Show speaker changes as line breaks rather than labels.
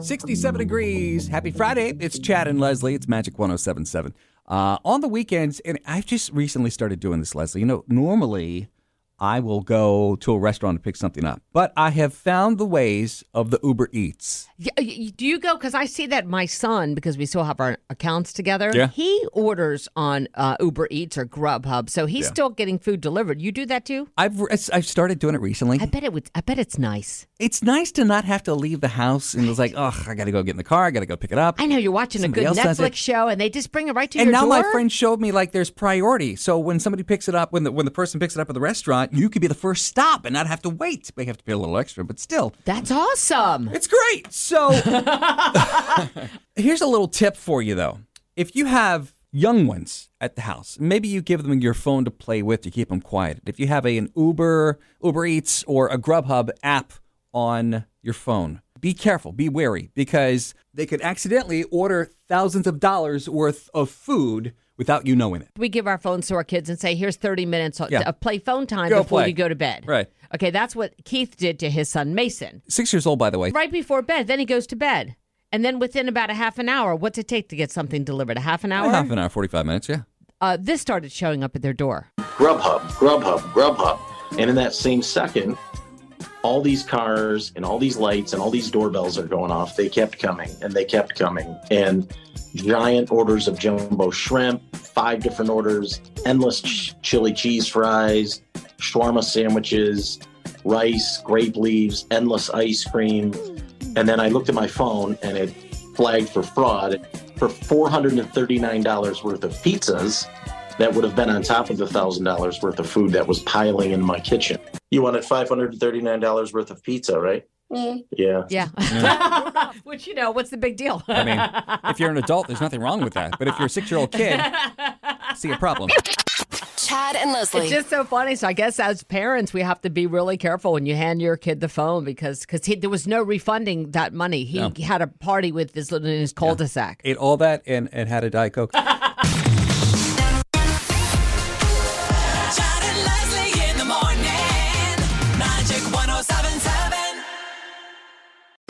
67 degrees. Happy Friday. It's Chad and Leslie. It's Magic 1077. Uh, on the weekends, and I've just recently started doing this, Leslie. You know, normally I will go to a restaurant to pick something up, but I have found the ways of the Uber Eats.
Yeah, y- y- Do you go? Because I see that my son, because we still have our accounts together,
Yeah.
he orders on uh, Uber Eats or Grubhub, so he's still getting food delivered. You do that too?
I've, I've started doing it recently.
I bet it would. I bet it's nice.
it's nice to not have to leave the house and it's like, oh, I got to go get in the car. I got to go pick it up.
I know you're watching
Somebody
a good
else does it.
Netflix show, and they just bring it right to
and
your
now my
door.
friend showed me like there's priority. So when somebody picks it up, when the when the person picks it up at the restaurant, you could be the first stop and not have to wait. They have to pay a little extra, but still,
That's awesome.
it's great. So here's a little tip for you though. If you have young ones at the house, maybe you give them your phone to play with to keep them quiet. If you have a, an Uber, Uber Eats, or a Grubhub app on your phone, be careful, be wary, because they could accidentally order thousands of dollars worth of food without you knowing it.
We give our phones to our kids and say, "Here's 30 minutes of
Yeah.
of play phone time
Go
before
play.
you go to bed."
Right.
Okay, that's what Keith did to his son Mason
Six years old, by the way.
right before bed. Then he goes to bed, and then within about a half an hour, what's it take to get something delivered? A half an hour.
Half an hour, 45 minutes, yeah.
uh, this started showing up at their door.
Grubhub, Grubhub, Grubhub. And in that same second, all these cars and all these lights and all these doorbells are going off. They kept coming and they kept coming. And giant orders of jumbo shrimp, five different orders, endless ch- chili cheese fries, shawarma sandwiches, rice, grape leaves, endless ice cream. And then I looked at my phone and it flagged for fraud for $439 worth of pizzas that would have been on top of the thousand dollars worth of food that was piling in my kitchen. You wanted five hundred and thirty nine dollars worth of pizza, right? Yeah.
Yeah. Which, you know, what's the big deal?
I mean, if you're an adult, there's nothing wrong with that. But if you're a six year old kid, I see a problem.
Chad and Leslie.
it's just so funny. So I guess as parents, we have to be really careful when you hand your kid the phone because cause he, there was no refunding that money. He had a party with his in his cul-de-sac.
Ate all that and, and had a Diet Coke.
Chad and Leslie in the morning. Magic 1077.